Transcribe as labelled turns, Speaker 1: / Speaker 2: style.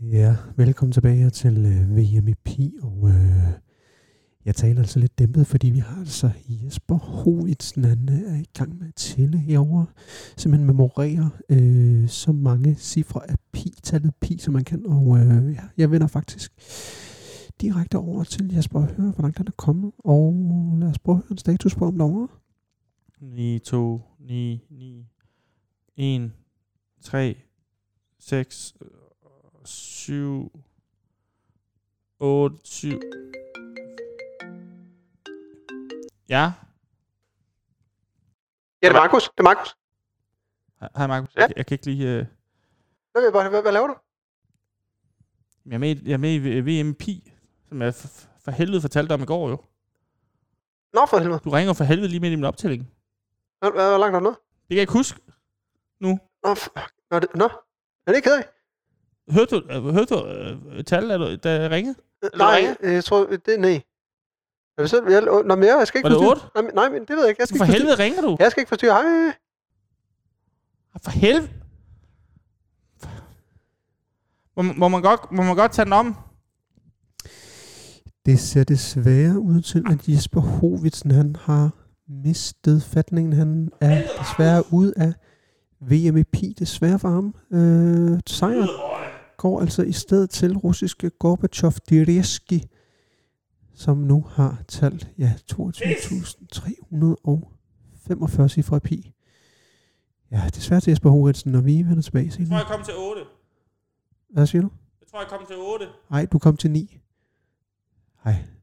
Speaker 1: Ja, velkommen tilbage her til øh, VM i Pi, og øh, jeg taler altså lidt dæmpet, fordi vi har altså Jesper Hovitsen, han øh, er i gang med at tælle herovre, simpelthen memorerer øh, så mange cifre af pi, tallet pi, som man kan, og øh, ja, jeg vender faktisk direkte over til Jesper og hører, hvor langt han er kommet, og lad os prøve at høre en status på om derovre.
Speaker 2: 9, 2, 9, 9, 1, 3, 6, 7, 8, 7. Ja,
Speaker 3: Ja, det er Markus. Det er Markus.
Speaker 2: hej Markus.
Speaker 3: Ja.
Speaker 2: Jeg, jeg kan ikke lige... Øh,
Speaker 3: Hvad, hvad, hvad, hvad laver du?
Speaker 2: jeg, er med, i- jeg er med i øh, VMP, som jeg for, for helvede fortalte om i går jo.
Speaker 3: Nå, for helvede.
Speaker 2: Du ringer for helvede lige midt i min optælling.
Speaker 3: Hvad, hvad, hvor langt er du nået?
Speaker 2: Det kan jeg ikke huske.
Speaker 3: Nå, fuck. Nå, det, nå. Er det ikke kedeligt?
Speaker 2: Hørte du, øh, hørte du øh, tal, da du- da jeg ringede?
Speaker 3: Øh,
Speaker 2: Eller
Speaker 3: Nej,
Speaker 2: hvad?
Speaker 3: øh, jeg tror, det er nej. Jeg vil selv, jeg, nå, men jeg, jeg skal ikke
Speaker 2: Var det
Speaker 3: forstyrre. Nej, men- nej, men det ved jeg ikke. Jeg skal
Speaker 2: For
Speaker 3: ikke forstyrre.
Speaker 2: helvede ringer du?
Speaker 3: Jeg skal ikke forstyrre. Hej.
Speaker 2: Ah, For helvede. Må, må, man godt, må man godt tage den om?
Speaker 1: Det ser desværre ud til, at Jesper Hovitsen han har mistet fatningen. Han er desværre ud af VMEP, desværre for ham. Øh, sejren går altså i stedet til russiske Gorbachev Dirieski, som nu har talt ja, 22.345 cifre pi. Ja, desværre til Jesper Hovitsen, når vi vender tilbage senere.
Speaker 2: kom til 8.
Speaker 1: Hvad siger du?
Speaker 2: Jeg tror, jeg kom til 8.
Speaker 1: Nej, du kom til 9. Hej.